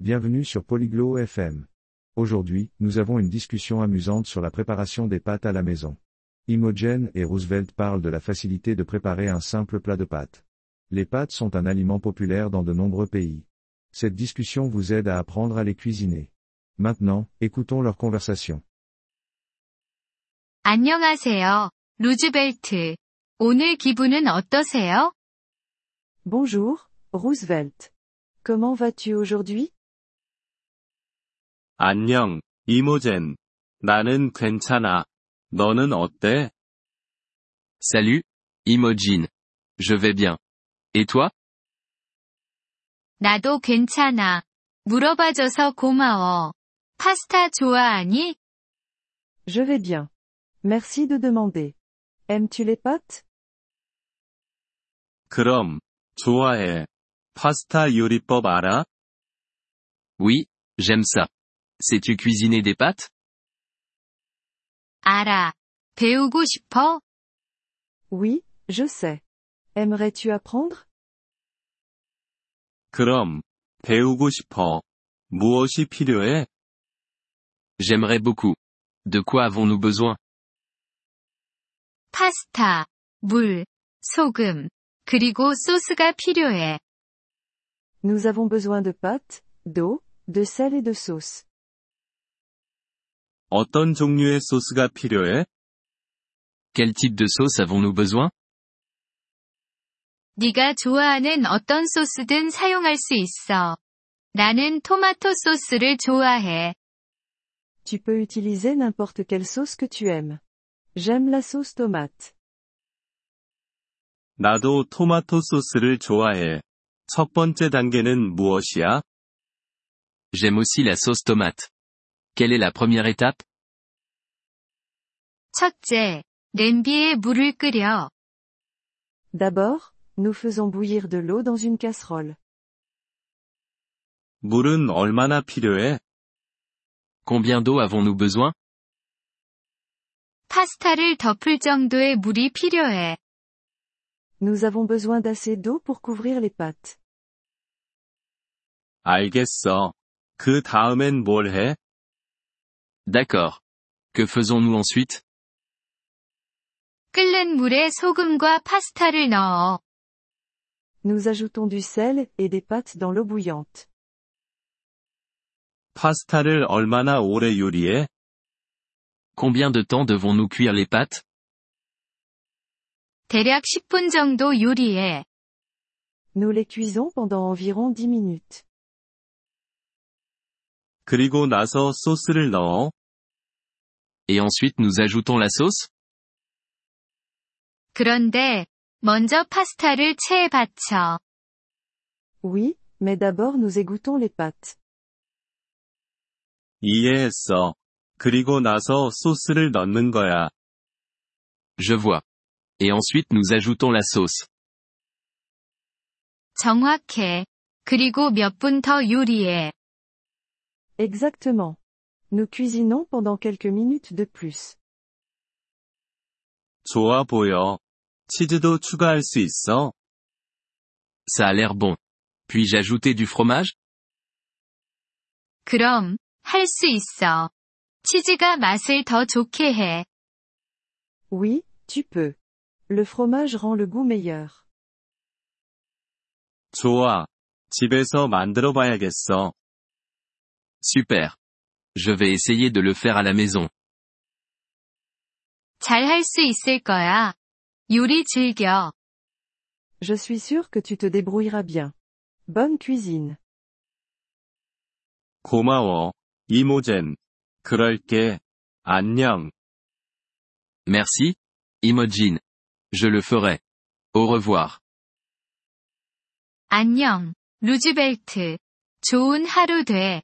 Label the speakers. Speaker 1: Bienvenue sur Polyglot FM. Aujourd'hui, nous avons une discussion amusante sur la préparation des pâtes à la maison. Imogen et Roosevelt parlent de la facilité de préparer un simple plat de pâtes. Les pâtes sont un aliment populaire dans de nombreux pays. Cette discussion vous aide à apprendre à les cuisiner. Maintenant, écoutons leur conversation.
Speaker 2: 안녕하세요, 루즈벨트. 오늘 기분은 어떠세요?
Speaker 3: Bonjour, Roosevelt. Comment vas-tu aujourd'hui
Speaker 4: 안녕, 이모젠. 나는 괜찮아. 너는 어때?
Speaker 5: Salut, Imogen. Je vais bien. Et toi?
Speaker 2: 나도 괜찮아. 물어봐줘서 고마워. 파스타 좋아하니?
Speaker 3: Je vais bien. Merci de demander. Aimes-tu les pâtes
Speaker 4: 그럼, 좋아해. 파스타 요리법 알아?
Speaker 5: Oui, j'aime ça. Sais-tu cuisiner des pâtes?
Speaker 2: 알아. 배우고 싶어?
Speaker 3: Oui, je sais. Aimerais-tu apprendre
Speaker 4: 그럼, 배우고 싶어. 무엇이 필요해?
Speaker 5: J'aimerais beaucoup. De quoi avons-nous besoin?
Speaker 2: 파스타, 물, 소금, 그리고 소스가 필요해.
Speaker 3: Nous avons besoin de pâtes, d'eau, de sel et de sauce.
Speaker 4: 어떤 종류의 소스가 필요해?
Speaker 5: Quel type de sauce avons-nous besoin?
Speaker 2: 네가 좋아하는 어떤 소스든 사용할 수 있어. 나는 토마토 소스를 좋아해.
Speaker 3: Tu peux utiliser n'importe quelle sauce que tu aimes. J'aime la sauce tomate.
Speaker 4: 나도 토마토 소스를 좋아해. 첫 번째 단계는 무엇이야?
Speaker 5: J'aime aussi la sauce tomate. Quelle est la première étape?
Speaker 2: 첫째, 냄비에 물을 끓여.
Speaker 3: D'abord, nous faisons bouillir de l'eau dans une casserole.
Speaker 4: 물은 얼마나 필요해?
Speaker 5: Combien d'eau avons-nous besoin?
Speaker 2: 파스타를 덮을 정도의 물이 필요해.
Speaker 3: Nous avons besoin d'assez d'eau pour couvrir les pâtes.
Speaker 4: 알겠어. 그 다음엔 뭘 해?
Speaker 5: D'accord. Que faisons-nous ensuite?
Speaker 2: 끓는 물에 소금과 파스타를 넣어.
Speaker 3: Nous ajoutons du sel et des pâtes dans l'eau bouillante.
Speaker 4: 파스타를 얼마나 오래 요리해?
Speaker 5: Combien de temps devons-nous cuire les pâtes?
Speaker 2: 대략 10분 정도 요리해.
Speaker 3: Nous les cuisons pendant environ 10 minutes.
Speaker 4: 그리고 나서 소스를 넣어?
Speaker 5: Et ensuite nous ajoutons la sauce?
Speaker 2: 그런데, 먼저 파스타를 체에 받쳐.
Speaker 3: Oui, mais d'abord nous égouttons les pâtes.
Speaker 4: 이해했어. 그리고 나서 소스를 넣는 거야.
Speaker 5: Je vois. Et ensuite nous ajoutons la sauce.
Speaker 2: 정확해. 그리고 몇 분 더 요리해.
Speaker 3: Exactement. Nous cuisinons pendant quelques minutes de plus.
Speaker 4: 좋아 보여. 치즈도 추가할 수 있어?
Speaker 5: Ça a l'air bon. Puis-je ajouter du fromage?
Speaker 2: 그럼, 할 수 있어. 치즈가 맛을 더 좋게 해.
Speaker 3: Oui, tu peux. Le fromage rend le goût meilleur.
Speaker 4: 좋아. 집에서 만들어 봐야겠어.
Speaker 5: Super. Je vais essayer de le faire à la maison.
Speaker 2: 잘 할 수 있을 거야. 요리 즐겨.
Speaker 3: Je suis sûre que tu te débrouilleras bien. Bonne cuisine.
Speaker 4: 고마워. 이모젠. 그럴게. 안녕.
Speaker 5: Merci, Imogen. Je le ferai. Au revoir.
Speaker 2: 안녕, 루즈벨트. 좋은 하루 돼.